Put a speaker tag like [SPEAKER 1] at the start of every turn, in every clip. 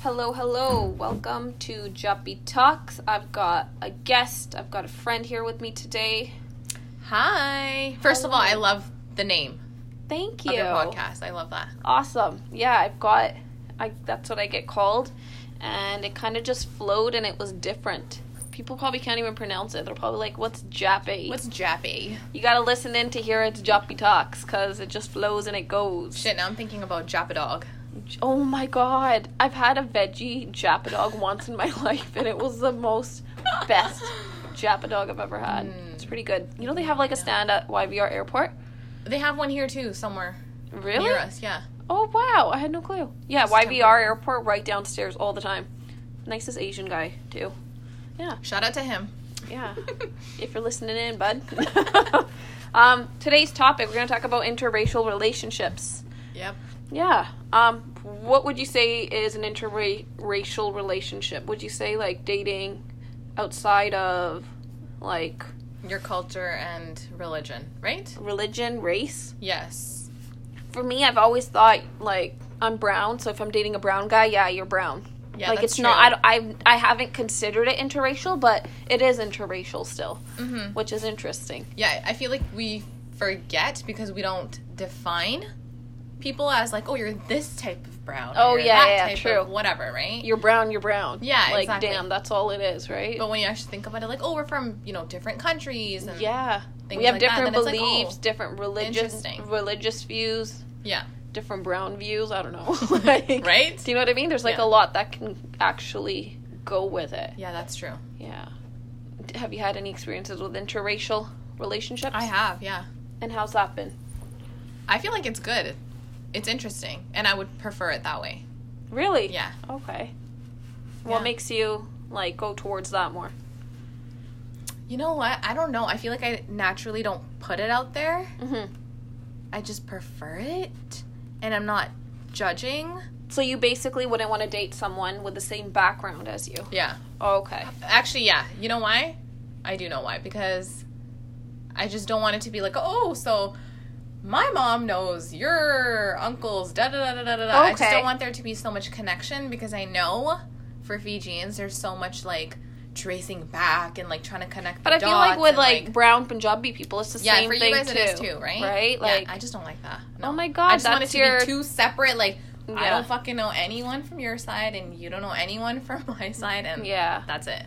[SPEAKER 1] Hello, hello. Welcome to Joppy Talks. I've got a guest. I've got a friend here with me today.
[SPEAKER 2] Hi. First of all, I love the name
[SPEAKER 1] Thank
[SPEAKER 2] of
[SPEAKER 1] you.
[SPEAKER 2] your podcast. I love that.
[SPEAKER 1] Awesome. Yeah, I've got I that's what I get called and it kind of just flowed and it was different. People probably can't even pronounce it. They're probably like, "What's Jappy?"
[SPEAKER 2] What's Jappy?
[SPEAKER 1] you got to listen in to hear it's Joppy Talks cuz it just flows and it goes.
[SPEAKER 2] Shit, now I'm thinking about Jappa Dog.
[SPEAKER 1] Oh my god. I've had a veggie Jappa dog once in my life and it was the most best Jappa dog I've ever had.
[SPEAKER 2] Mm.
[SPEAKER 1] It's pretty good. You know they have like a stand at YVR airport?
[SPEAKER 2] They have one here too, somewhere
[SPEAKER 1] Really?
[SPEAKER 2] near us. Yeah.
[SPEAKER 1] Oh wow, I had no clue. Yeah,
[SPEAKER 2] It's
[SPEAKER 1] YVR
[SPEAKER 2] temporary.
[SPEAKER 1] airport right downstairs all the time. Nicest Asian guy too.
[SPEAKER 2] Shout out to him.
[SPEAKER 1] Yeah. if you're listening in, bud. um, today's topic, we're gonna talk about interracial relationships.
[SPEAKER 2] yep.
[SPEAKER 1] Yeah. Um, what would you say is an interracial relationship? Would you say like dating outside of like
[SPEAKER 2] Your culture and religion, right?
[SPEAKER 1] religion, race?
[SPEAKER 2] Yes.
[SPEAKER 1] For me, I've always thought like I'm brown, so if I'm dating a brown guy, yeah, you're brown.
[SPEAKER 2] Yeah.
[SPEAKER 1] like
[SPEAKER 2] that's
[SPEAKER 1] it's
[SPEAKER 2] true.
[SPEAKER 1] not. I, don't- I I haven't considered it interracial, but it is interracial still,
[SPEAKER 2] Mhm.
[SPEAKER 1] which is interesting.
[SPEAKER 2] Yeah, I feel like we forget because we don't define people as like, oh, you're this type of brown. or
[SPEAKER 1] Oh,
[SPEAKER 2] you're
[SPEAKER 1] yeah,
[SPEAKER 2] that
[SPEAKER 1] yeah,
[SPEAKER 2] type
[SPEAKER 1] true.
[SPEAKER 2] Of whatever, right?
[SPEAKER 1] You're brown. You're brown.
[SPEAKER 2] Yeah,
[SPEAKER 1] Like
[SPEAKER 2] exactly.
[SPEAKER 1] damn, that's all it is, right?
[SPEAKER 2] but when you actually think about it, like, oh, we're from you know different countries. And
[SPEAKER 1] yeah.
[SPEAKER 2] things
[SPEAKER 1] We have
[SPEAKER 2] like that,
[SPEAKER 1] different
[SPEAKER 2] then it's like, oh,
[SPEAKER 1] beliefs, different religious
[SPEAKER 2] interesting.
[SPEAKER 1] religious views.
[SPEAKER 2] Yeah.
[SPEAKER 1] different brown views. I don't know. like,
[SPEAKER 2] Right?
[SPEAKER 1] Do you know what I mean? There's like
[SPEAKER 2] Yeah.
[SPEAKER 1] a lot that can actually go with it.
[SPEAKER 2] Yeah, that's true.
[SPEAKER 1] Yeah. D- Have you had any experiences with interracial relationships?
[SPEAKER 2] I have, yeah.
[SPEAKER 1] And how's that been?
[SPEAKER 2] I feel like it's good. It's interesting, and I would prefer it that way.
[SPEAKER 1] Really?
[SPEAKER 2] Yeah.
[SPEAKER 1] Okay.
[SPEAKER 2] Yeah.
[SPEAKER 1] What makes you like go towards that more?
[SPEAKER 2] You know what? I don't know. I feel like I naturally don't put it out there.
[SPEAKER 1] Mm-hmm.
[SPEAKER 2] I just prefer it, and I'm not judging.
[SPEAKER 1] So you basically wouldn't want to date someone with the same background as you.
[SPEAKER 2] Yeah.
[SPEAKER 1] Oh, Okay.
[SPEAKER 2] Actually, yeah. You know why? I do know why because I just don't want it to be like, "Oh, so my mom knows your uncle's da da da da da da." da. I just
[SPEAKER 1] Okay.
[SPEAKER 2] don't want there to be so much connection because I know for Fijians there's so much like tracing back and like trying to connect
[SPEAKER 1] But
[SPEAKER 2] the
[SPEAKER 1] I feel like
[SPEAKER 2] dots
[SPEAKER 1] with
[SPEAKER 2] and,
[SPEAKER 1] like, brown Punjabi people, it's the
[SPEAKER 2] yeah,
[SPEAKER 1] same
[SPEAKER 2] for
[SPEAKER 1] thing
[SPEAKER 2] you guys
[SPEAKER 1] too.
[SPEAKER 2] it is too, right?
[SPEAKER 1] Right?
[SPEAKER 2] Yeah,
[SPEAKER 1] Like-
[SPEAKER 2] I just don't like that. No.
[SPEAKER 1] Oh my
[SPEAKER 2] I
[SPEAKER 1] God,
[SPEAKER 2] just want it
[SPEAKER 1] that's
[SPEAKER 2] to
[SPEAKER 1] your-
[SPEAKER 2] be two separate. Like I
[SPEAKER 1] Yeah.
[SPEAKER 2] don't fucking know anyone from your side, and you don't know anyone from my side, and
[SPEAKER 1] Yeah.
[SPEAKER 2] that's it.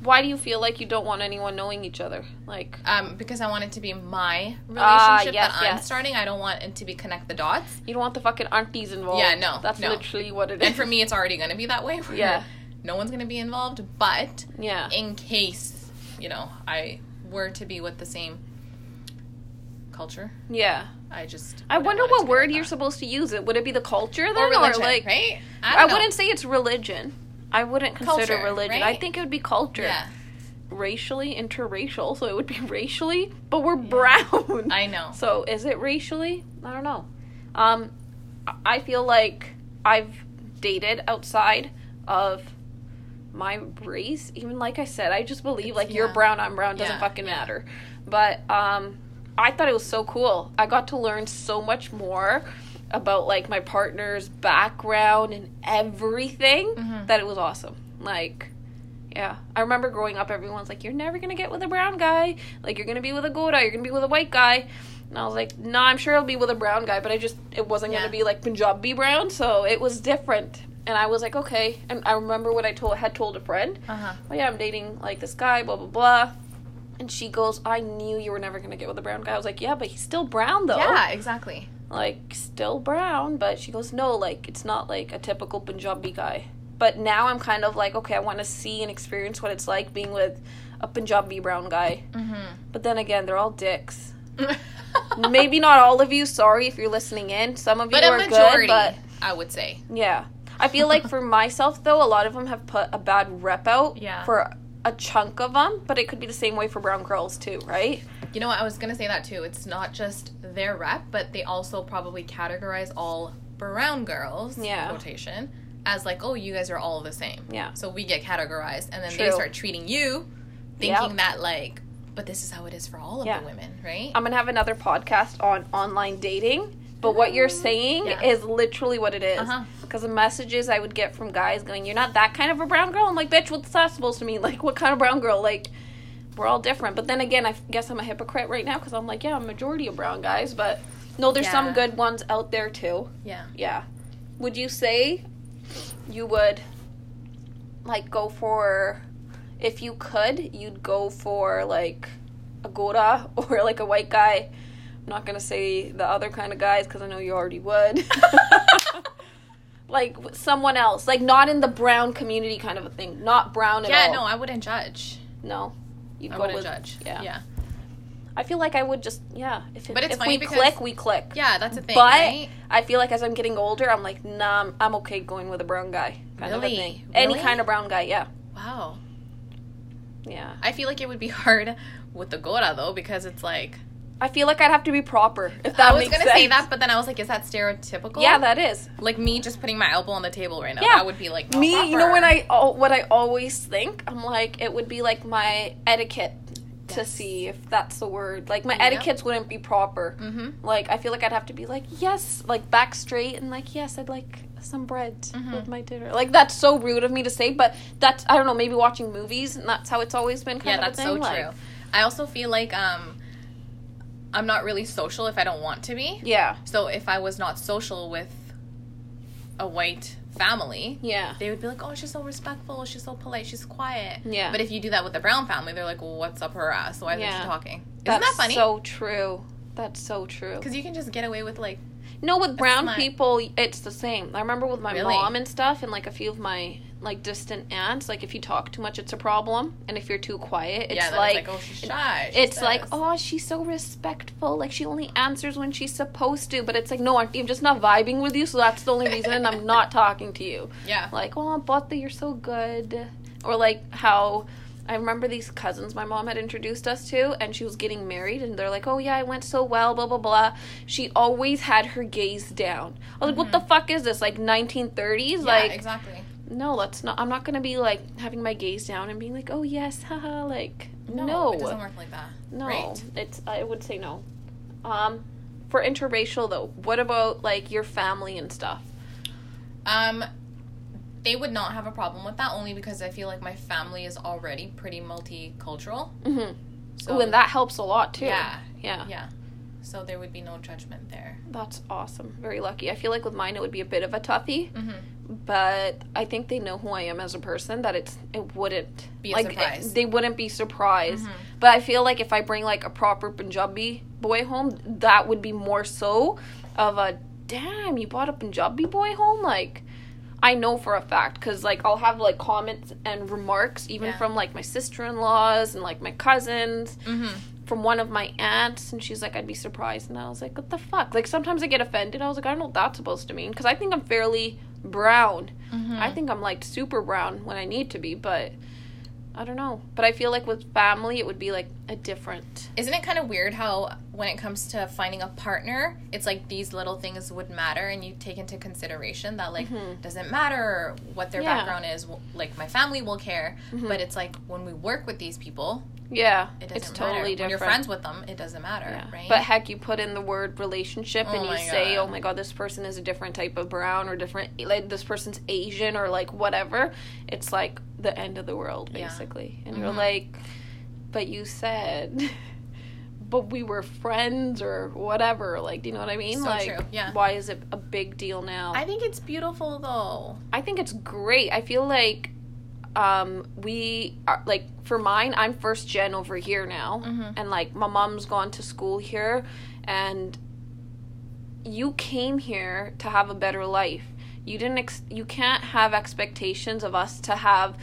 [SPEAKER 1] Why do you feel like you don't want anyone knowing each other? Like
[SPEAKER 2] um, because I want it to be my relationship
[SPEAKER 1] Ah, yes,
[SPEAKER 2] that I'm
[SPEAKER 1] yes.
[SPEAKER 2] starting. I don't want it to be connect the dots.
[SPEAKER 1] You don't want the fucking aunties involved.
[SPEAKER 2] Yeah, no,
[SPEAKER 1] That's
[SPEAKER 2] no.
[SPEAKER 1] literally what it is.
[SPEAKER 2] And for me, it's already going to be that way. Where
[SPEAKER 1] Yeah.
[SPEAKER 2] No one's going to be involved. But
[SPEAKER 1] yeah.
[SPEAKER 2] in case, you know, I were to be with the same culture,
[SPEAKER 1] Yeah.
[SPEAKER 2] I just.
[SPEAKER 1] I
[SPEAKER 2] wouldn't
[SPEAKER 1] wonder
[SPEAKER 2] want it to
[SPEAKER 1] what
[SPEAKER 2] be
[SPEAKER 1] word
[SPEAKER 2] like
[SPEAKER 1] you're
[SPEAKER 2] that.
[SPEAKER 1] supposed to use it. Would it be the culture then?
[SPEAKER 2] Or religion,
[SPEAKER 1] like
[SPEAKER 2] right?
[SPEAKER 1] I,
[SPEAKER 2] don't know.
[SPEAKER 1] wouldn't say it's religion. I wouldn't consider
[SPEAKER 2] Culture,
[SPEAKER 1] religion. I
[SPEAKER 2] right?
[SPEAKER 1] think it would be culture.
[SPEAKER 2] Yeah,
[SPEAKER 1] Racially, interracial, so it would be racially, but we're brown.
[SPEAKER 2] I know.
[SPEAKER 1] So is it racially? I don't know. Um, I- I feel like I've dated outside of my race. Even like I said, I just believe like you're
[SPEAKER 2] yeah.
[SPEAKER 1] brown, I'm brown, doesn't
[SPEAKER 2] Yeah,
[SPEAKER 1] fucking
[SPEAKER 2] yeah.
[SPEAKER 1] matter. But um, I thought it was so cool. I got to learn so much more about like my partner's background and everything
[SPEAKER 2] Mhm.
[SPEAKER 1] that it was awesome. Like. Yeah, I remember growing up, everyone's like, "You're never gonna get with a brown guy. Like, you're gonna be with a Gouda. You're gonna be with a white guy." And I was like, "No, I'm sure it'll be with a brown guy, but I just it wasn't
[SPEAKER 2] Yeah.
[SPEAKER 1] gonna be like Punjabi brown, so it was different." And I was like, "Okay." And I remember what I told had told a friend.
[SPEAKER 2] Uh huh.
[SPEAKER 1] Oh yeah, I'm dating like this guy, blah blah blah. And she goes, "I knew you were never gonna get with a brown guy." I was like, "Yeah, but he's still brown though."
[SPEAKER 2] Yeah, exactly.
[SPEAKER 1] like still brown, but she goes, No, like it's not like a typical Punjabi guy. But now I'm kind of like, okay, I want to see and experience what it's like being with a Punjabi brown guy.
[SPEAKER 2] Mm-hmm.
[SPEAKER 1] But then again, they're all dicks. Maybe not all of you. Sorry if you're listening in. Some of you
[SPEAKER 2] but a
[SPEAKER 1] are
[SPEAKER 2] majority,
[SPEAKER 1] good, but
[SPEAKER 2] I would say.
[SPEAKER 1] yeah. I feel like for myself though, a lot of them have put a bad rep out
[SPEAKER 2] Yeah.
[SPEAKER 1] for a chunk of them, but it could be the same way for brown girls too, right?
[SPEAKER 2] You know what? I was gonna say that too. It's not just their rep, but they also probably categorize all brown girls,
[SPEAKER 1] Yeah.
[SPEAKER 2] quotation, as like, oh, you guys are all the same.
[SPEAKER 1] Yeah.
[SPEAKER 2] So we get categorized, and then they
[SPEAKER 1] True.
[SPEAKER 2] start treating you, thinking that like, but this is how it is for all of
[SPEAKER 1] Yeah. Um,
[SPEAKER 2] the women, right?
[SPEAKER 1] I'm gonna have another podcast on online dating, but what you're saying
[SPEAKER 2] Yeah.
[SPEAKER 1] is literally what it is.
[SPEAKER 2] Uh huh.
[SPEAKER 1] because the messages I would get from guys going, "You're not that kind of a brown girl." I'm like, "Bitch, what's that supposed to mean? Like, what kind of brown girl? Like, we're all different." But then again, I f- guess I'm a hypocrite right now because I'm like, "Yeah, I'm majority of brown guys," but no, there's some
[SPEAKER 2] Yeah.
[SPEAKER 1] good ones out there too.
[SPEAKER 2] Yeah.
[SPEAKER 1] Yeah. Would you say you would like go for if you could, you'd go for like a Gora or like a white guy? I'm not gonna say the other kind of guys because I know you already would. like w- someone else, like not in the brown community kind of a thing, not brown at
[SPEAKER 2] yeah,
[SPEAKER 1] all.
[SPEAKER 2] no, I wouldn't judge.
[SPEAKER 1] no, you'd
[SPEAKER 2] I
[SPEAKER 1] go
[SPEAKER 2] wouldn't
[SPEAKER 1] with.
[SPEAKER 2] judge.
[SPEAKER 1] yeah.
[SPEAKER 2] Yeah.
[SPEAKER 1] I feel like I would just yeah. If it,
[SPEAKER 2] But it's
[SPEAKER 1] if
[SPEAKER 2] funny
[SPEAKER 1] we
[SPEAKER 2] because-
[SPEAKER 1] click, we click.
[SPEAKER 2] Yeah, that's a thing,
[SPEAKER 1] but
[SPEAKER 2] right?
[SPEAKER 1] I feel like as I'm getting older, I'm like, nah, I'm, I'm okay going with a brown guy. Kind of a
[SPEAKER 2] Really?
[SPEAKER 1] thing. Any
[SPEAKER 2] Really?
[SPEAKER 1] kind of brown guy, yeah.
[SPEAKER 2] Wow.
[SPEAKER 1] Yeah.
[SPEAKER 2] I feel like it would be hard with the Gora though because it's like
[SPEAKER 1] I feel like I'd have to be proper, if that
[SPEAKER 2] I was
[SPEAKER 1] makes
[SPEAKER 2] gonna
[SPEAKER 1] sense.
[SPEAKER 2] say that, but then I was like, is that stereotypical?
[SPEAKER 1] Yeah, that is.
[SPEAKER 2] like me just putting my elbow on the table right now.
[SPEAKER 1] Yeah.
[SPEAKER 2] That would be like not
[SPEAKER 1] Me, you know
[SPEAKER 2] Oh, proper.
[SPEAKER 1] when I al- what I always think, I'm like it would be like my etiquette to
[SPEAKER 2] Yes.
[SPEAKER 1] see if that's the word. Like my
[SPEAKER 2] Yeah.
[SPEAKER 1] etiquettes wouldn't be proper.
[SPEAKER 2] Mhm.
[SPEAKER 1] Like I feel like I'd have to be like, "Yes," like back straight and like, "Yes, I'd like some bread
[SPEAKER 2] Mhm.
[SPEAKER 1] with my dinner." Like that's so rude of me to say, but that's I don't know, maybe watching movies and that's how it's always been kind
[SPEAKER 2] Yeah,
[SPEAKER 1] of a
[SPEAKER 2] that's
[SPEAKER 1] thing.
[SPEAKER 2] so
[SPEAKER 1] like-
[SPEAKER 2] true. I also feel like um I'm not really social if I don't want to be.
[SPEAKER 1] Yeah.
[SPEAKER 2] So if I was not social with a white family,
[SPEAKER 1] Yeah.
[SPEAKER 2] they would be like, "Oh, she's so respectful. She's so polite. She's quiet."
[SPEAKER 1] Yeah.
[SPEAKER 2] But if you do that with the brown family, they're like, well, "What's up her ass? Why isn't
[SPEAKER 1] Yeah.
[SPEAKER 2] she talking?" Isn't
[SPEAKER 1] that's
[SPEAKER 2] that funny?
[SPEAKER 1] so true. That's so true.
[SPEAKER 2] Because you can just get away with like,
[SPEAKER 1] No, with brown
[SPEAKER 2] not-
[SPEAKER 1] people, it's the same. I remember with my
[SPEAKER 2] Really?
[SPEAKER 1] mom and stuff, and like a few of my like distant aunts. Like if you talk too much, it's a problem, and if you're too quiet, it's
[SPEAKER 2] yeah, then
[SPEAKER 1] like.
[SPEAKER 2] it's like, "Oh, she's shy." she
[SPEAKER 1] it's like,
[SPEAKER 2] says."
[SPEAKER 1] oh, she's so respectful. Like she only answers when she's supposed to. But it's like, no, auntie, I'm just not vibing with you, so that's the only reason I'm not talking to you.
[SPEAKER 2] yeah,
[SPEAKER 1] Like, oh, Bata, you're so good. Or like how I remember these cousins my mom had introduced us to, and she was getting married, and they're like, oh, yeah, I went so well, blah, blah, blah. She always had her gaze down. I was like, what the fuck is this? Like 1930s?
[SPEAKER 2] Mm-hmm. yeah,
[SPEAKER 1] like,
[SPEAKER 2] exactly.
[SPEAKER 1] no, let's not. I'm not going to be like having my gaze down and being like, oh, yes, haha. Like, no.
[SPEAKER 2] it doesn't work like that.
[SPEAKER 1] No,
[SPEAKER 2] Right.
[SPEAKER 1] it's I would say no. Um, for interracial though, what about like your family and stuff?
[SPEAKER 2] Um, they would not have a problem with that only because I feel like my family is already pretty multicultural.
[SPEAKER 1] Mm-hmm.
[SPEAKER 2] So
[SPEAKER 1] Ooh, and that helps a lot too.
[SPEAKER 2] Yeah,
[SPEAKER 1] yeah,
[SPEAKER 2] yeah. So there would be no judgment there.
[SPEAKER 1] that's awesome. Very lucky. I feel like with mine it would be a bit of a toughie,
[SPEAKER 2] Mm-hmm.
[SPEAKER 1] but I think they know who I am as a person. That it's it wouldn't
[SPEAKER 2] Be a
[SPEAKER 1] like
[SPEAKER 2] surprise. Mm-hmm.
[SPEAKER 1] It, they wouldn't be surprised. But I feel like if I bring like a proper Punjabi boy home, that would be more so of a damn. You brought a Punjabi boy home, like I know for a fact because like I'll have like comments and remarks even
[SPEAKER 2] Yeah.
[SPEAKER 1] from like my sister in laws and like my cousins
[SPEAKER 2] Mm-hmm.
[SPEAKER 1] from one of my aunts and she's like I'd be surprised and I was like what the fuck like sometimes I get offended I was like I don't know what that's supposed to mean because I think I'm fairly brown
[SPEAKER 2] Mhm.
[SPEAKER 1] I think I'm like super brown when I need to be but I don't know but I feel like with family it would be like a different
[SPEAKER 2] Isn't it kind of weird how when it comes to finding a partner, it's like these little things would matter and you take into consideration that like doesn't matter what their
[SPEAKER 1] Mm-hmm. Yeah. Mm-hmm.
[SPEAKER 2] background is, w- like my family will care, but it's like when we work with these people,
[SPEAKER 1] hmm. yeah
[SPEAKER 2] it doesn't
[SPEAKER 1] it's
[SPEAKER 2] matter.
[SPEAKER 1] totally
[SPEAKER 2] When
[SPEAKER 1] different
[SPEAKER 2] you're friends with them, it doesn't matter,
[SPEAKER 1] yeah.
[SPEAKER 2] right?
[SPEAKER 1] but heck you put in the word relationship
[SPEAKER 2] Oh
[SPEAKER 1] and you
[SPEAKER 2] my
[SPEAKER 1] say
[SPEAKER 2] God.
[SPEAKER 1] oh my god this person is a different type of brown or different like this person's Asian or like whatever it's like the end of the world
[SPEAKER 2] Yeah.
[SPEAKER 1] basically and you're
[SPEAKER 2] Mhm.
[SPEAKER 1] like but you said but we were friends or whatever like do you know what I mean
[SPEAKER 2] So
[SPEAKER 1] like
[SPEAKER 2] true, yeah.
[SPEAKER 1] why is it a big deal now
[SPEAKER 2] I think it's beautiful though.
[SPEAKER 1] I think it's great. I feel like um we are like for mine I'm first gen over here now
[SPEAKER 2] Mhm.
[SPEAKER 1] and like my mom's gone to school here and you came here to have a better life. You didn't ex- you can't have expectations of us to have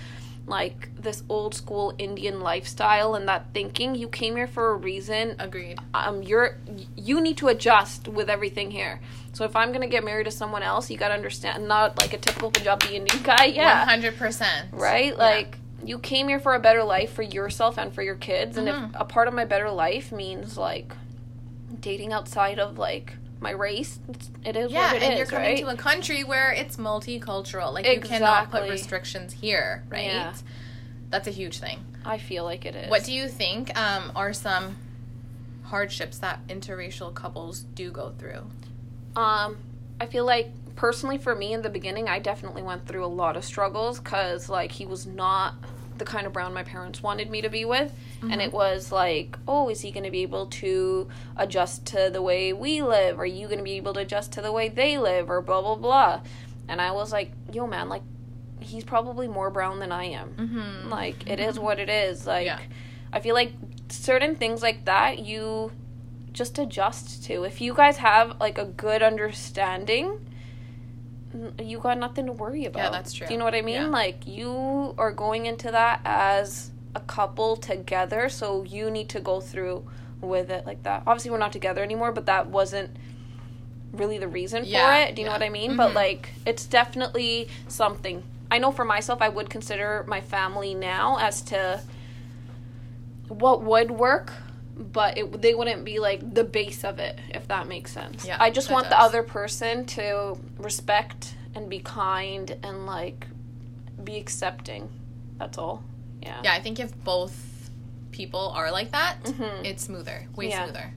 [SPEAKER 1] like this old school Indian lifestyle and that thinking. You came here for a reason
[SPEAKER 2] Agreed.
[SPEAKER 1] um you're you need to adjust with everything here so if i'm gonna get married to someone else you gotta understand not like a typical punjabi indian guy yeah
[SPEAKER 2] 100%.
[SPEAKER 1] right like you came here for a better life for yourself and for your kids and
[SPEAKER 2] Mhm.
[SPEAKER 1] if a part of my better life means like dating outside of like my race it's, it is
[SPEAKER 2] Yeah,
[SPEAKER 1] what it
[SPEAKER 2] and
[SPEAKER 1] is,
[SPEAKER 2] you're coming
[SPEAKER 1] right
[SPEAKER 2] to a country where it's multicultural. Like you cannot put
[SPEAKER 1] Exactly.
[SPEAKER 2] restrictions here, right?
[SPEAKER 1] Yeah.
[SPEAKER 2] That's a huge thing.
[SPEAKER 1] i feel like it is
[SPEAKER 2] What do you think um, are some hardships that interracial couples do go through?
[SPEAKER 1] um i feel like personally for me in the beginning, I definitely went through a lot of struggles because like he was not the kind of Brown my parents wanted me to be with. And
[SPEAKER 2] Mm-hmm.
[SPEAKER 1] it was like, oh, is he going to be able to adjust to the way we live? Are you going to be able to adjust to the way they live? Or blah, blah, blah. And I was like, yo, man, like, he's probably more brown than I am.
[SPEAKER 2] Mm-hmm.
[SPEAKER 1] Like, it is what it is. Like,
[SPEAKER 2] Yeah.
[SPEAKER 1] I feel like certain things like that, you just adjust to. If you guys have, like, a good understanding, n- you got nothing to worry about.
[SPEAKER 2] that's true.
[SPEAKER 1] Do you know what I mean?
[SPEAKER 2] Yeah.
[SPEAKER 1] Like, you are going into that as a couple together, so you need to go through with it like that. Obviously, we're not together anymore, but that wasn't really the reason
[SPEAKER 2] Yeah,
[SPEAKER 1] for it. Do you
[SPEAKER 2] yeah.
[SPEAKER 1] know what I mean? But
[SPEAKER 2] Mhm.
[SPEAKER 1] like, it's definitely something. I know for myself, I would consider my family now as to what would work, but it, they wouldn't be like the base of it, if that makes sense.
[SPEAKER 2] Yeah,
[SPEAKER 1] I just
[SPEAKER 2] that
[SPEAKER 1] want the
[SPEAKER 2] does.
[SPEAKER 1] other person to respect and be kind and like be accepting. That's all. Yeah.
[SPEAKER 2] Yeah, I think if both people are like that,
[SPEAKER 1] Mhm.
[SPEAKER 2] it's smoother, way
[SPEAKER 1] Yeah.
[SPEAKER 2] smoother.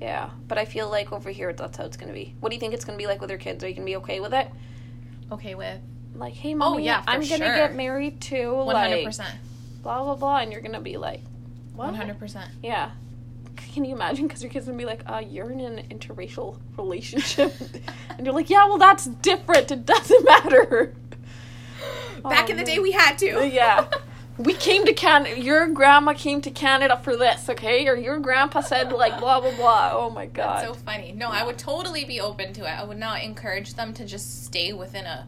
[SPEAKER 1] Yeah. But I feel like over here, that's how it's going to be. What do you think it's going to be like with your kids? Are you going to be okay with it? Oh,
[SPEAKER 2] Okay with
[SPEAKER 1] Like, hey, mommy,
[SPEAKER 2] yeah, for
[SPEAKER 1] I'm going to
[SPEAKER 2] sure.
[SPEAKER 1] get married to,
[SPEAKER 2] one hundred
[SPEAKER 1] like,
[SPEAKER 2] percent,
[SPEAKER 1] blah, blah, blah. And you're going to be like, what?
[SPEAKER 2] one hundred percent.
[SPEAKER 1] Yeah. Can you imagine? Because your kids would be like, uh, you're in an interracial relationship. and you're like, yeah, well, that's different. It doesn't matter.
[SPEAKER 2] Back
[SPEAKER 1] Oh,
[SPEAKER 2] in the
[SPEAKER 1] no.
[SPEAKER 2] day, we had to.
[SPEAKER 1] Yeah. We came to Canada. Your grandma came to Canada for this, okay? Or your grandpa said, like, blah, blah, blah. Oh my God.
[SPEAKER 2] That's so funny. No, I would totally be open to it. I would not encourage them to just stay within a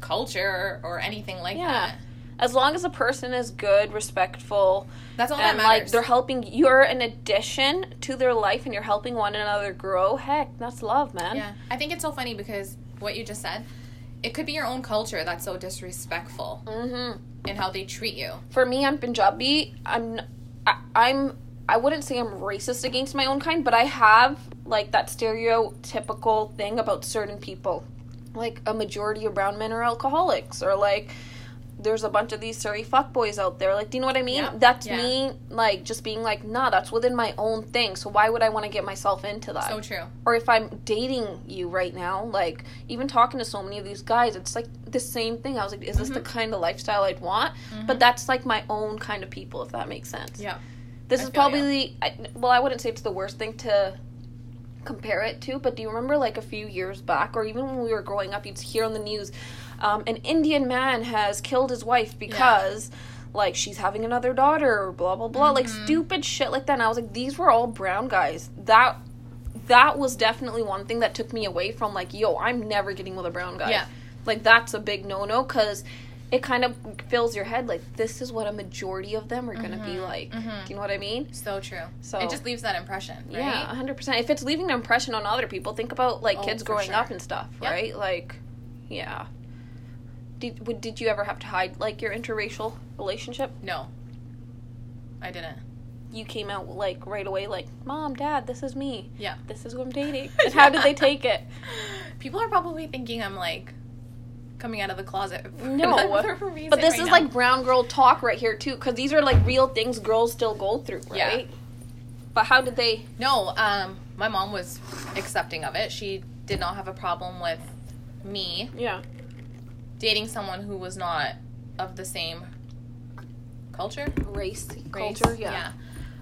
[SPEAKER 2] culture or, or anything like
[SPEAKER 1] Yeah.
[SPEAKER 2] that.
[SPEAKER 1] as long as a person is good, respectful,
[SPEAKER 2] That's all
[SPEAKER 1] and
[SPEAKER 2] that
[SPEAKER 1] like
[SPEAKER 2] matters.
[SPEAKER 1] they're helping, you're an addition to their life and you're helping one another grow, heck, that's love, man.
[SPEAKER 2] yeah, I think it's so funny because what you just said, it could be your own culture that's so disrespectful
[SPEAKER 1] Mm hmm.
[SPEAKER 2] in how they treat you.
[SPEAKER 1] for me i'm punjabi i'm I, i'm i wouldn't say i'm racist against my own kind but i have like that stereotypical thing about certain people like a majority of brown men are alcoholics or like there's a bunch of these sorry fuckboys out there like do you know what i mean
[SPEAKER 2] Yeah.
[SPEAKER 1] that's
[SPEAKER 2] Yeah.
[SPEAKER 1] me like just being like nah that's within my own thing so why would i want to get myself into that
[SPEAKER 2] So true.
[SPEAKER 1] or if I'm dating you right now, like even talking to so many of these guys, it's like the same thing. I was like, is this the kind of lifestyle I'd want?
[SPEAKER 2] Mm-hmm.
[SPEAKER 1] But that's like my own kind of people, if that makes sense.
[SPEAKER 2] Yeah.
[SPEAKER 1] This
[SPEAKER 2] I
[SPEAKER 1] is
[SPEAKER 2] feel ya.
[SPEAKER 1] probably, I, well, I wouldn't say it's the worst thing to compare it to, but do you remember like a few years back, or even when we were growing up, you'd hear on the news um, an Indian man has killed his wife because. Like she's having another daughter, or blah blah blah, like
[SPEAKER 2] Mm-hmm.
[SPEAKER 1] stupid shit like that. And I was like, these were all brown guys. That that was definitely one thing that took me away from like, yo, I'm never getting with a brown guy.
[SPEAKER 2] Yeah.
[SPEAKER 1] Like that's a big no no because it kind of fills your head like this is what a majority of them are gonna be like.
[SPEAKER 2] mhm.
[SPEAKER 1] You know what I mean?
[SPEAKER 2] So true.
[SPEAKER 1] So-
[SPEAKER 2] it just leaves that impression, right?
[SPEAKER 1] Yeah, hundred percent. If it's leaving an impression on other people, think about like
[SPEAKER 2] Oh,
[SPEAKER 1] kids
[SPEAKER 2] for
[SPEAKER 1] growing
[SPEAKER 2] sure.
[SPEAKER 1] up and stuff,
[SPEAKER 2] Yep.
[SPEAKER 1] right? Like, yeah. Did would, did you ever have to hide like your interracial relationship?
[SPEAKER 2] No. I didn't.
[SPEAKER 1] You came out like right away, like mom, dad, this is me.
[SPEAKER 2] Yeah.
[SPEAKER 1] This is who I'm dating. And how did they take it?
[SPEAKER 2] People are probably thinking I'm like coming out of the closet. for
[SPEAKER 1] No.
[SPEAKER 2] another reason
[SPEAKER 1] But this
[SPEAKER 2] right
[SPEAKER 1] is
[SPEAKER 2] now.
[SPEAKER 1] like brown girl talk right here too, because these are like real things girls still go through,
[SPEAKER 2] Yeah.
[SPEAKER 1] right? But how did they?
[SPEAKER 2] no. Um, my mom was accepting of it. She did not have a problem with me
[SPEAKER 1] Yeah.
[SPEAKER 2] dating someone who was not of the same culture,
[SPEAKER 1] Race,
[SPEAKER 2] race.
[SPEAKER 1] culture, yeah.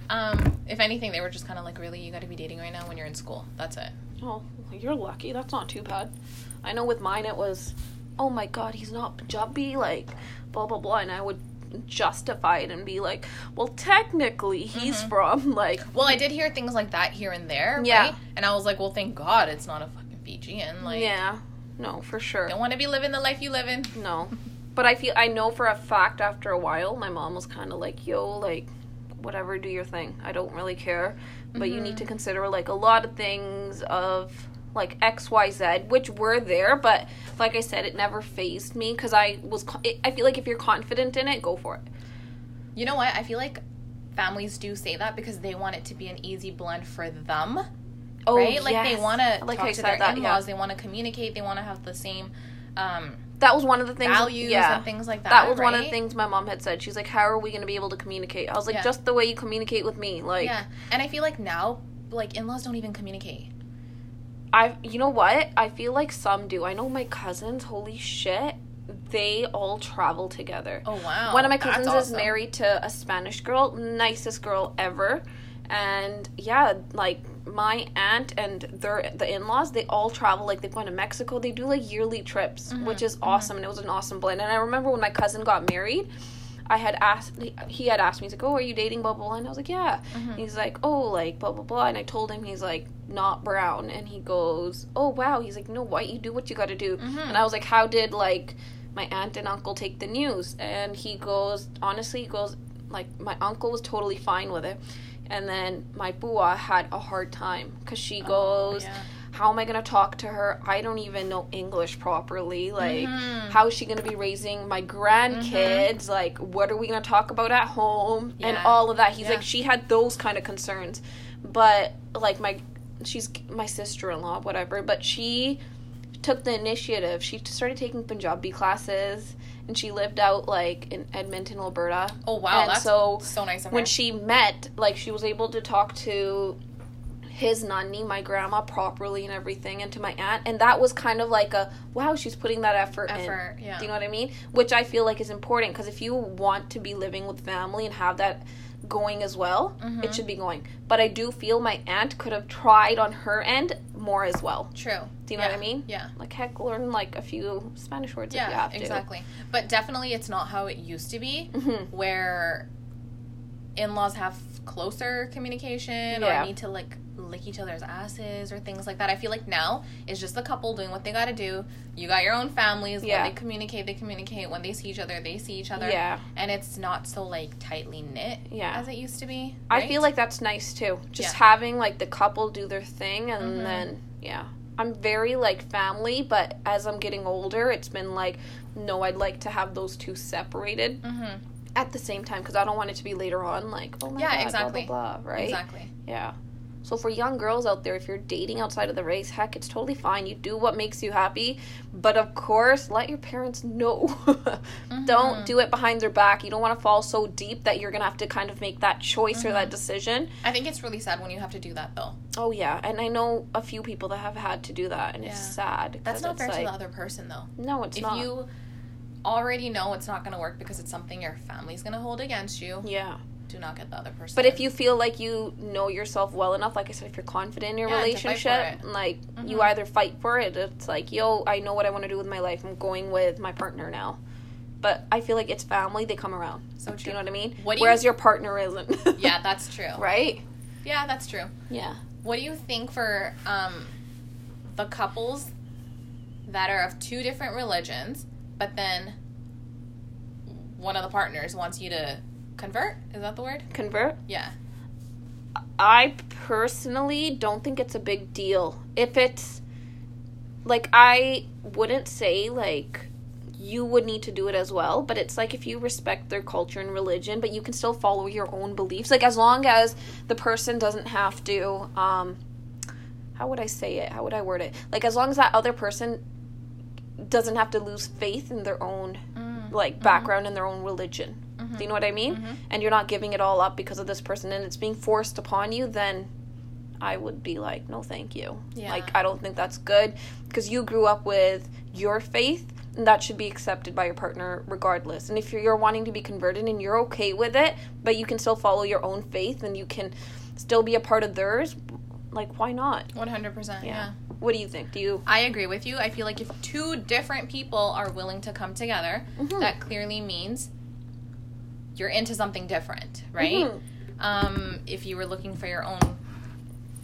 [SPEAKER 2] Um, if anything, they were just kind of like, really, you got to be dating right now when you're in school. That's it.
[SPEAKER 1] Oh, you're lucky. That's not too bad. I know with mine it was, oh my god, he's not Punjabi, like, blah blah blah, and I would justify it and be like, well, technically he's from like,
[SPEAKER 2] Well, I did hear things like that here and there.
[SPEAKER 1] Yeah.
[SPEAKER 2] Right? And I was like, well, thank God it's not a fucking Fijian. Like,
[SPEAKER 1] yeah, no, for sure,
[SPEAKER 2] don't want to be living the life you live in.
[SPEAKER 1] no. But I feel I know for a fact after a while, my mom was kind of like, yo, like, whatever, do your thing. I don't really care, but you need to consider like a lot of things of like X, Y, Z, which were there, but like I said, it never phased me because I was. co- It, I feel like if you're confident in it, go for it.
[SPEAKER 2] You know what? I feel like families do say that because they want it to be an easy blend for them,
[SPEAKER 1] Oh,
[SPEAKER 2] right? Like they want to
[SPEAKER 1] like I
[SPEAKER 2] talk to
[SPEAKER 1] said
[SPEAKER 2] their
[SPEAKER 1] that.
[SPEAKER 2] in-laws.
[SPEAKER 1] Yeah.
[SPEAKER 2] They want to communicate. They want to have the same um,
[SPEAKER 1] That was one of the things.
[SPEAKER 2] values
[SPEAKER 1] yeah.
[SPEAKER 2] and things like that.
[SPEAKER 1] that was one of the
[SPEAKER 2] right?
[SPEAKER 1] things my mom had said. She's like, "How are we going to be able to communicate?" I was like,
[SPEAKER 2] Yeah.
[SPEAKER 1] "Just the way you communicate with me." Like,
[SPEAKER 2] Yeah, and I feel like now, like in-laws don't even communicate.
[SPEAKER 1] I you know what? I feel like some do. I know my cousins, holy shit, they all travel together.
[SPEAKER 2] Oh wow.
[SPEAKER 1] One of my
[SPEAKER 2] That's
[SPEAKER 1] cousins is
[SPEAKER 2] awesome.
[SPEAKER 1] married to a Spanish girl, nicest girl ever. And yeah, like my aunt and their the in-laws, they all travel like they've gone to Mexico. They do like yearly trips,
[SPEAKER 2] Mm-hmm,
[SPEAKER 1] which is awesome and it was an awesome blend. And I remember when my cousin got married, I had asked he had asked me he's like, "Oh, are you dating blah blah?" blah? And I was like, "Yeah."
[SPEAKER 2] Mm-hmm.
[SPEAKER 1] He's like, "Oh, like blah blah blah." And I told him he's like, "Not brown." And he goes, "Oh, wow." He's like, "No, white. You do what you got to
[SPEAKER 2] Mm-hmm.
[SPEAKER 1] do." And I was like, "How did like my aunt and uncle take the news?" And he goes, "Honestly, he goes like my uncle was totally fine with it." And then my bua had a hard time cuz she
[SPEAKER 2] Oh,
[SPEAKER 1] goes,
[SPEAKER 2] yeah.
[SPEAKER 1] how am I gonna talk to her? I don't even know English properly. Like,
[SPEAKER 2] Mm-hmm.
[SPEAKER 1] how is she gonna be raising my grandkids? Like, what are we gonna talk about at home? And
[SPEAKER 2] Yeah.
[SPEAKER 1] all of that. He's
[SPEAKER 2] Yeah.
[SPEAKER 1] like, she had those kind of concerns, but like my, she's my sister in law, whatever. But she took the initiative. She started taking Punjabi classes, and she lived out like in Edmonton, Alberta
[SPEAKER 2] Oh wow,
[SPEAKER 1] And
[SPEAKER 2] that's
[SPEAKER 1] so
[SPEAKER 2] so, so nice of
[SPEAKER 1] when
[SPEAKER 2] her.
[SPEAKER 1] she met, like she was able to talk to his nanny, my grandma, properly and everything, and to my aunt, and that was kind of like a wow, she's putting that effort, in.
[SPEAKER 2] effort. Yeah.
[SPEAKER 1] Do you know what I mean? Which I feel like is important because if you want to be living with family and have that going as well,
[SPEAKER 2] Mm-hmm.
[SPEAKER 1] it should be going. But I do feel my aunt could have tried on her end more as well.
[SPEAKER 2] True.
[SPEAKER 1] Do you know
[SPEAKER 2] yeah.
[SPEAKER 1] what I mean?
[SPEAKER 2] Yeah.
[SPEAKER 1] Like heck, learn like a few Spanish words if you
[SPEAKER 2] Yeah,
[SPEAKER 1] have to.
[SPEAKER 2] exactly. But definitely it's not how it used to be
[SPEAKER 1] Mhm.
[SPEAKER 2] where in-laws have closer communication
[SPEAKER 1] Yeah.
[SPEAKER 2] or need to like lick each other's asses or things like that. I feel like now it's just the couple doing what they got to do. You got your own families.
[SPEAKER 1] Yeah.
[SPEAKER 2] When they communicate, they communicate. When they see each other, they see each other.
[SPEAKER 1] Yeah,
[SPEAKER 2] And it's not so like tightly knit
[SPEAKER 1] yeah.
[SPEAKER 2] as it used to be.
[SPEAKER 1] I feel
[SPEAKER 2] right?
[SPEAKER 1] like that's nice too. Just
[SPEAKER 2] Yeah.
[SPEAKER 1] having like the couple do their thing and
[SPEAKER 2] Mhm.
[SPEAKER 1] then yeah. I'm very like family, but as I'm getting older, it's been like no, I'd like to have those two separated
[SPEAKER 2] Mhm.
[SPEAKER 1] at the same time because I don't want it to be later on like oh my
[SPEAKER 2] Yeah,
[SPEAKER 1] god
[SPEAKER 2] exactly.
[SPEAKER 1] blah blah blah right
[SPEAKER 2] Exactly.
[SPEAKER 1] yeah. So for young girls out there, if you're dating outside of the race, heck, it's totally fine. You do what makes you happy, but of course, let your parents know.
[SPEAKER 2] Mm-hmm.
[SPEAKER 1] Don't do it behind their back. You don't want to fall so deep that you're gonna have to kind of make that choice or
[SPEAKER 2] Mm-hmm.
[SPEAKER 1] that decision.
[SPEAKER 2] I think it's really sad when you have to do that though.
[SPEAKER 1] Oh yeah, and I know a few people that have had to do that, and it's
[SPEAKER 2] Yeah.
[SPEAKER 1] sad. 'cause
[SPEAKER 2] That's not
[SPEAKER 1] it's
[SPEAKER 2] fair to
[SPEAKER 1] like-
[SPEAKER 2] the other person though.
[SPEAKER 1] No, it's
[SPEAKER 2] if
[SPEAKER 1] not.
[SPEAKER 2] you already know it's not going to work because it's something your family's going to hold against you,
[SPEAKER 1] yeah,
[SPEAKER 2] do not get the other person.
[SPEAKER 1] but if you feel like you know yourself well enough, like I said, if you're confident in your
[SPEAKER 2] Yeah, to fight for
[SPEAKER 1] relationship, like you either fight for it. It's like, yo, I know what I want to do with my life. I'm going with my partner now. But I feel like it's family; they come around.
[SPEAKER 2] so
[SPEAKER 1] Do you
[SPEAKER 2] true.
[SPEAKER 1] know what I mean?
[SPEAKER 2] What do
[SPEAKER 1] Whereas
[SPEAKER 2] you-
[SPEAKER 1] your partner isn't.
[SPEAKER 2] Yeah, that's true.
[SPEAKER 1] right.
[SPEAKER 2] Yeah, that's true.
[SPEAKER 1] Yeah.
[SPEAKER 2] What do you think for um, the couples that are of two different religions, but then one of the partners wants you to convert? Is that the word?
[SPEAKER 1] Convert.
[SPEAKER 2] Yeah.
[SPEAKER 1] I personally don't think it's a big deal. If it's like I wouldn't say like you would need to do it as well, but it's like if you respect their culture and religion, but you can still follow your own beliefs. Like as long as the person doesn't have to um how would I say it? How would I word it? Like as long as that other person doesn't have to lose faith in their own Mm. like background and their own religion.
[SPEAKER 2] Mm-hmm.
[SPEAKER 1] Do you know what I mean? And you're not giving it all up because of this person and it's being forced upon you, then I would be like, no, thank you.
[SPEAKER 2] Yeah.
[SPEAKER 1] Like, I don't think that's good because you grew up with your faith and that should be accepted by your partner regardless. And if you're, you're wanting to be converted and you're okay with it, but you can still follow your own faith and you can still be a part of theirs, like, why not?
[SPEAKER 2] 100%. yeah.
[SPEAKER 1] What do you think? Do you?
[SPEAKER 2] I agree with you. I feel like if two different people are willing to come together,
[SPEAKER 1] Mhm.
[SPEAKER 2] that clearly means you're into something different, right?
[SPEAKER 1] Mhm.
[SPEAKER 2] Um, if you were looking for your own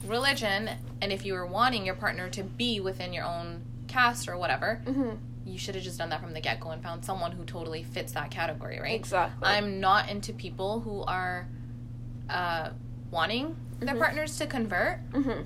[SPEAKER 2] religion and if you were wanting your partner to be within your own caste or whatever,
[SPEAKER 1] Mhm.
[SPEAKER 2] you should have just done that from the get go and found someone who totally fits that category, right?
[SPEAKER 1] Exactly.
[SPEAKER 2] I'm not into people who are uh, wanting their
[SPEAKER 1] Mhm.
[SPEAKER 2] partners to convert
[SPEAKER 1] Mhm.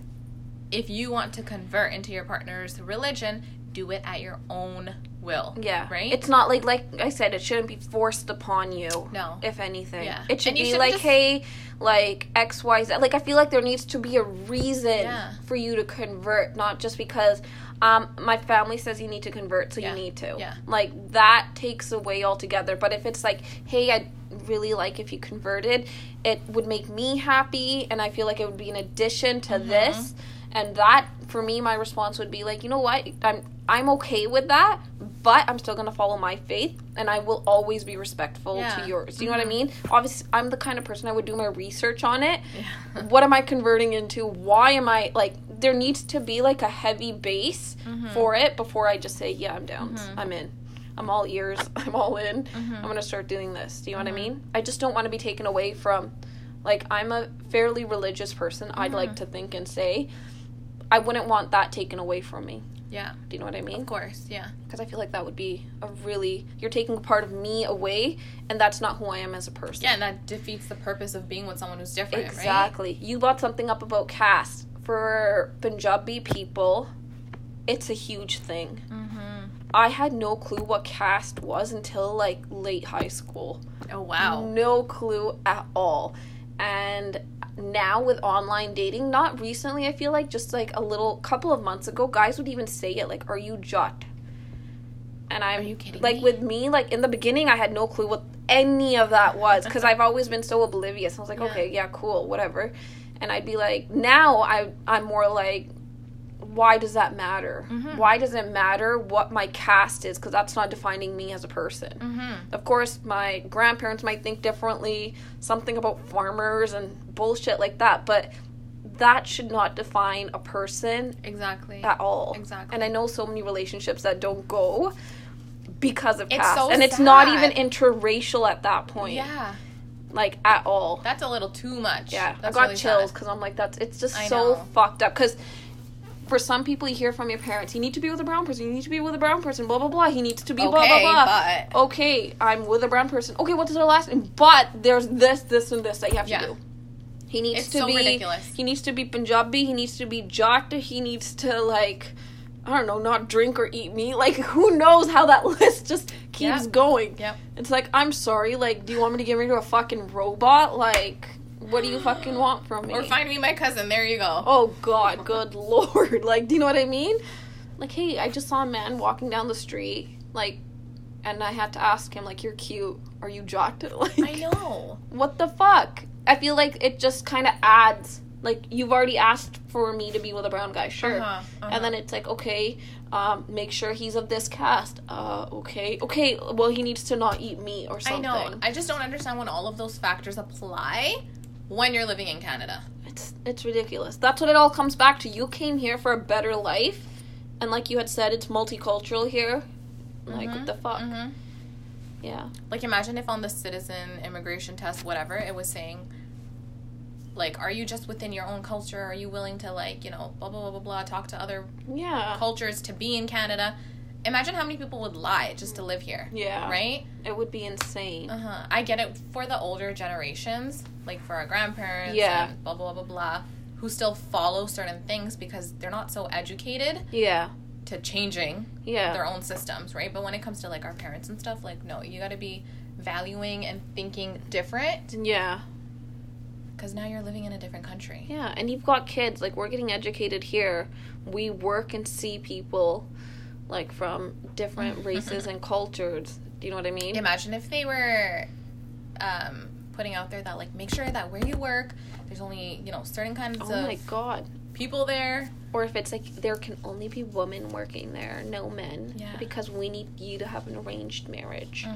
[SPEAKER 2] if you want to convert into your partner's religion, do it at your own will.
[SPEAKER 1] Yeah.
[SPEAKER 2] Right?
[SPEAKER 1] It's not like like I said, it shouldn't be forced upon you.
[SPEAKER 2] No.
[SPEAKER 1] If anything.
[SPEAKER 2] Yeah.
[SPEAKER 1] It should
[SPEAKER 2] And you
[SPEAKER 1] be
[SPEAKER 2] shouldn't
[SPEAKER 1] like,
[SPEAKER 2] just-
[SPEAKER 1] hey, like X, Y, Z like I feel like there needs to be a reason
[SPEAKER 2] Yeah.
[SPEAKER 1] for you to convert, not just because um my family says you need to convert, so
[SPEAKER 2] Yeah.
[SPEAKER 1] you need to.
[SPEAKER 2] Yeah.
[SPEAKER 1] Like that takes away altogether. But if it's like, hey, I'd really like if you
[SPEAKER 2] Mm-hmm.
[SPEAKER 1] converted, it would make me happy and I feel like it would be an addition to this And that for me my response would be like, you know what? I'm I'm okay with that, but I'm still going to follow my faith and I will always be respectful
[SPEAKER 2] Yeah.
[SPEAKER 1] to yours. Do you know what I
[SPEAKER 2] Mm-hmm.
[SPEAKER 1] mean? Obviously, I'm the kind of person I would do my research on it.
[SPEAKER 2] Yeah.
[SPEAKER 1] What am I converting into? Why am I like there needs to be like a heavy base
[SPEAKER 2] Mm-hmm.
[SPEAKER 1] for it before I just say, yeah, I'm down. I'm in. I'm all ears. I'm all in. I'm going to start doing this. Do you know what I
[SPEAKER 2] Mm-hmm.
[SPEAKER 1] mean? I just don't want to be taken away from like I'm a fairly religious person, I'd
[SPEAKER 2] Mm-hmm.
[SPEAKER 1] like to think and say. I wouldn't want that taken away from me.
[SPEAKER 2] Yeah.
[SPEAKER 1] Do you know what I mean?
[SPEAKER 2] Of course. Yeah.
[SPEAKER 1] because I feel like that would be a really you're taking part of me away, and that's not who I am as a person.
[SPEAKER 2] Yeah, and that defeats the purpose of being with someone who's different, right?
[SPEAKER 1] exactly. You brought something up about caste for Punjabi people. It's a huge thing.
[SPEAKER 2] Mm-hmm.
[SPEAKER 1] I had no clue what caste was until like late high school.
[SPEAKER 2] Oh wow.
[SPEAKER 1] No clue at all. And now with online dating, not recently, I feel like just like a little couple of months ago, guys would even say it like, "Are you jut?" And I'm
[SPEAKER 2] Are you kidding
[SPEAKER 1] like
[SPEAKER 2] me?
[SPEAKER 1] with me, like in the beginning, I had no clue what any of that was because I've always been so oblivious. I was like,
[SPEAKER 2] Uh-huh. Yeah.
[SPEAKER 1] "Okay, yeah, cool, whatever." And I'd be like, now I I'm more like, why does that matter?
[SPEAKER 2] Mhm.
[SPEAKER 1] Why does it matter what my caste is? Because that's not defining me as a person
[SPEAKER 2] Mm-hmm.
[SPEAKER 1] of course my grandparents might think differently something about farmers and bullshit like that but that should not define a person
[SPEAKER 2] Exactly.
[SPEAKER 1] at all
[SPEAKER 2] E- Exactly.
[SPEAKER 1] and i know so many relationships that don't go because of
[SPEAKER 2] It's
[SPEAKER 1] caste
[SPEAKER 2] so
[SPEAKER 1] and it's not
[SPEAKER 2] sad.
[SPEAKER 1] even interracial at that point
[SPEAKER 2] yeah.
[SPEAKER 1] like at all
[SPEAKER 2] That's a little too much.
[SPEAKER 1] yeah i
[SPEAKER 2] That's
[SPEAKER 1] got
[SPEAKER 2] really
[SPEAKER 1] chills
[SPEAKER 2] sad.
[SPEAKER 1] because i'm like that's it's just
[SPEAKER 2] I
[SPEAKER 1] so
[SPEAKER 2] know.
[SPEAKER 1] fucked up because for some people you hear from your parents you need to be with a brown person you need to be with a brown person blah blah blah he needs to be blah blah
[SPEAKER 2] Okay,
[SPEAKER 1] blah
[SPEAKER 2] but
[SPEAKER 1] okay, I'm with a brown person. Okay, what is their last name? But there's this, this, and this that you have
[SPEAKER 2] Yeah.
[SPEAKER 1] to do. He needs
[SPEAKER 2] It's
[SPEAKER 1] to
[SPEAKER 2] so
[SPEAKER 1] be
[SPEAKER 2] ridiculous.
[SPEAKER 1] he needs to be Punjabi. He needs to be Jat. He needs to like I don't know, not drink or eat meat. Like who knows how that list just keeps
[SPEAKER 2] Yep.
[SPEAKER 1] going.
[SPEAKER 2] Yep.
[SPEAKER 1] It's like I'm sorry. Like, do you want me to get rid of a fucking robot? Like, what do you fucking want from me?
[SPEAKER 2] Or find me my cousin. There you go.
[SPEAKER 1] Oh God, good lord! Like, do you know what I mean? Like, hey, I just saw a man walking down the street, like, and I had to ask him, like, you're cute. Are you jocked? Like,
[SPEAKER 2] I know.
[SPEAKER 1] what the fuck? I feel like it just kind of adds, like, you've already asked for me to be with a brown guy, sure.
[SPEAKER 2] Uh-huh, uh-huh.
[SPEAKER 1] And then it's like, okay, um, make sure he's of this cast. Uh, okay, okay. Well, he needs to not eat meat or
[SPEAKER 2] I
[SPEAKER 1] something.
[SPEAKER 2] know. I just don't understand when all of those factors apply when you're living in Canada.
[SPEAKER 1] It's it's ridiculous. That's what it all comes back to. You came here for a better life, and like you had said, it's multicultural here. Like what
[SPEAKER 2] Mhm,
[SPEAKER 1] the fuck?
[SPEAKER 2] mhm.
[SPEAKER 1] Yeah.
[SPEAKER 2] Like, imagine if on the citizen immigration test, whatever, it was saying, like, are you just within your own culture? Are you willing to, like, you know, blah, blah, blah, blah, blah, talk to other
[SPEAKER 1] Yeah.
[SPEAKER 2] cultures to be in Canada? Imagine how many people would lie just to live here,
[SPEAKER 1] Yeah.
[SPEAKER 2] right?
[SPEAKER 1] It would be insane.
[SPEAKER 2] Uh huh. I get it for the older generations, like for our grandparents,
[SPEAKER 1] Yeah.
[SPEAKER 2] and blah, blah, blah, blah, who still follow certain things because they're not so educated
[SPEAKER 1] Yeah.
[SPEAKER 2] to changing
[SPEAKER 1] Yeah.
[SPEAKER 2] their own systems, right? But when it comes to like our parents and stuff, like no, you got to be valuing and thinking different
[SPEAKER 1] Yeah.
[SPEAKER 2] because now you're living in a different country.
[SPEAKER 1] Yeah. And you've got kids. Like we're getting educated here. We work and see people, like from different races and cultures. Do you know what I mean?
[SPEAKER 2] Imagine if they were um, putting out there that like make sure that where you work, there's only you know certain kinds
[SPEAKER 1] Oh
[SPEAKER 2] of
[SPEAKER 1] my god.
[SPEAKER 2] people there.
[SPEAKER 1] Or if it's like there can only be women working there, no men,
[SPEAKER 2] Yeah.
[SPEAKER 1] because we need you to have an arranged marriage.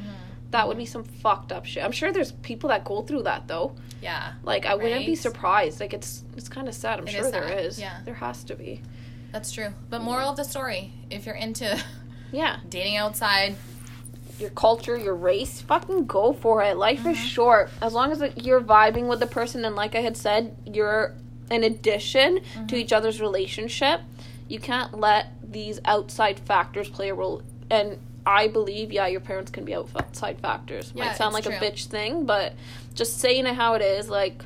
[SPEAKER 1] That would be some fucked up shit. I'm sure there's people that go through that though.
[SPEAKER 2] Yeah,
[SPEAKER 1] Like I wouldn't be
[SPEAKER 2] Right.
[SPEAKER 1] surprised. Like it's it's kind of sad. I'm
[SPEAKER 2] It
[SPEAKER 1] sure
[SPEAKER 2] is
[SPEAKER 1] there
[SPEAKER 2] sad,
[SPEAKER 1] is.
[SPEAKER 2] yeah.
[SPEAKER 1] There has to be.
[SPEAKER 2] that's true. But moral of the story: if you're into
[SPEAKER 1] Yeah.
[SPEAKER 2] dating outside,
[SPEAKER 1] Your culture, your race, fucking go for it. Life
[SPEAKER 2] Mm-hmm.
[SPEAKER 1] is short. As long as like, you're vibing with the person and like I had said, you're an addition
[SPEAKER 2] Mm-hmm.
[SPEAKER 1] to each other's relationship. You can't let these outside factors play a role and I believe, yeah, your parents can be outside factors.
[SPEAKER 2] Yeah,
[SPEAKER 1] Might sound like
[SPEAKER 2] it's
[SPEAKER 1] a
[SPEAKER 2] true.
[SPEAKER 1] bitch thing, but just saying it how it is, like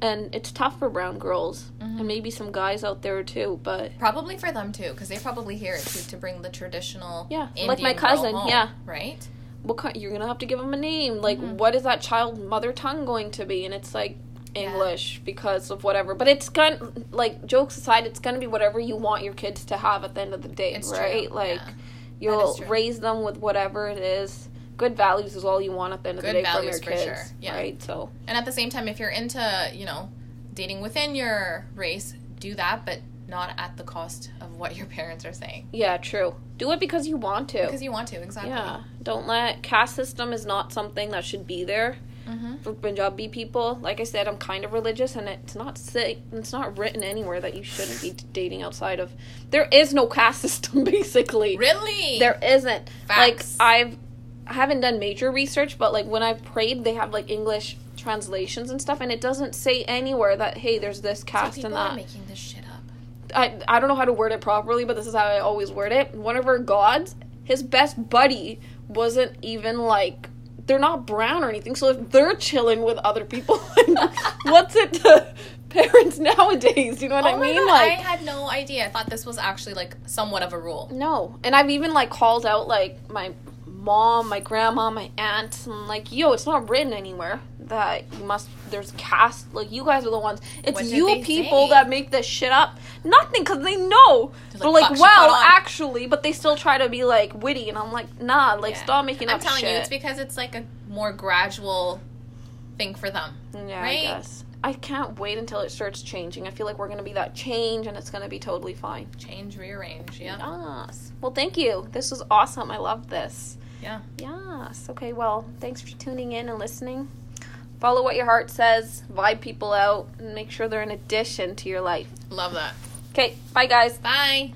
[SPEAKER 1] and it's tough for brown girls
[SPEAKER 2] Mm-hmm.
[SPEAKER 1] and maybe some guys out there too but
[SPEAKER 2] probably for them too, because they probably hear it too to bring the traditional
[SPEAKER 1] Yeah, like
[SPEAKER 2] Indian
[SPEAKER 1] my
[SPEAKER 2] girl
[SPEAKER 1] cousin,
[SPEAKER 2] home,
[SPEAKER 1] yeah.
[SPEAKER 2] right.
[SPEAKER 1] what kind, you're gonna have to give them a name like
[SPEAKER 2] Mm-hmm.
[SPEAKER 1] what is that child mother tongue going to be and it's like
[SPEAKER 2] Yeah.
[SPEAKER 1] english because of whatever but it's gonna like jokes aside it's gonna be whatever you want your kids to have at the end of the day
[SPEAKER 2] It's true,
[SPEAKER 1] right like
[SPEAKER 2] yeah.
[SPEAKER 1] you'll
[SPEAKER 2] is true.
[SPEAKER 1] raise them with whatever it is good values is all you want at the end of the
[SPEAKER 2] Good
[SPEAKER 1] day from your
[SPEAKER 2] values for
[SPEAKER 1] kids
[SPEAKER 2] sure, yeah.
[SPEAKER 1] right so
[SPEAKER 2] And at the same time, if you're into, you know, dating within your race, do that, but not at the cost of what your parents are saying.
[SPEAKER 1] Yeah, true. Do it because you want to.
[SPEAKER 2] Because you want to, exactly.
[SPEAKER 1] yeah. Don't let caste system is not something that should be there
[SPEAKER 2] Mm-hmm.
[SPEAKER 1] for Punjabi people. Like I said, I'm kind of religious and it's not si- it's not written anywhere that you shouldn't be dating outside of there is no caste system basically.
[SPEAKER 2] Really?
[SPEAKER 1] There isn't.
[SPEAKER 2] Facts.
[SPEAKER 1] Like I've I haven't done major research, but like when I prayed, they have like English translations and stuff, and it doesn't say anywhere that hey, there's this
[SPEAKER 2] so
[SPEAKER 1] cast
[SPEAKER 2] people
[SPEAKER 1] and
[SPEAKER 2] are
[SPEAKER 1] that.
[SPEAKER 2] making this shit up.
[SPEAKER 1] I I don't know how to word it properly, but this is how I always word it. One of her gods, his best buddy, wasn't even like. They're not brown or anything, so if they're chilling with other people, like, what's it to parents nowadays? You know what
[SPEAKER 2] oh
[SPEAKER 1] I
[SPEAKER 2] my
[SPEAKER 1] mean?
[SPEAKER 2] God,
[SPEAKER 1] like,
[SPEAKER 2] I had no idea. I thought this was actually like somewhat of a rule.
[SPEAKER 1] No, and I've even like called out like my mom, my grandma, my aunt, and like yo, it's not written anywhere that you must. There's caste. Like you guys are the ones. It's
[SPEAKER 2] What did
[SPEAKER 1] you
[SPEAKER 2] they
[SPEAKER 1] people
[SPEAKER 2] say?
[SPEAKER 1] that make this shit up. Nothing, cause they know.
[SPEAKER 2] They're
[SPEAKER 1] They're
[SPEAKER 2] like,
[SPEAKER 1] like,
[SPEAKER 2] "Fuck, she
[SPEAKER 1] well,
[SPEAKER 2] caught on."
[SPEAKER 1] actually, but they still try to be like witty, and I'm like, nah, like
[SPEAKER 2] Yeah.
[SPEAKER 1] stop making
[SPEAKER 2] I'm
[SPEAKER 1] up
[SPEAKER 2] telling
[SPEAKER 1] shit.
[SPEAKER 2] you, it's because it's like a more gradual thing for them.
[SPEAKER 1] yeah,
[SPEAKER 2] right?
[SPEAKER 1] I guess. I can't wait until it starts changing. I feel like we're gonna be that change, and it's gonna be totally fine.
[SPEAKER 2] Change, rearrange. Yeah.
[SPEAKER 1] Yes. Well, thank you. This was awesome. I love this.
[SPEAKER 2] Yeah.
[SPEAKER 1] Yes. Okay, well, thanks for tuning in and listening. Follow what your heart says, vibe people out, and make sure they're an addition to your life.
[SPEAKER 2] Love that.
[SPEAKER 1] Okay, bye guys.
[SPEAKER 2] Bye.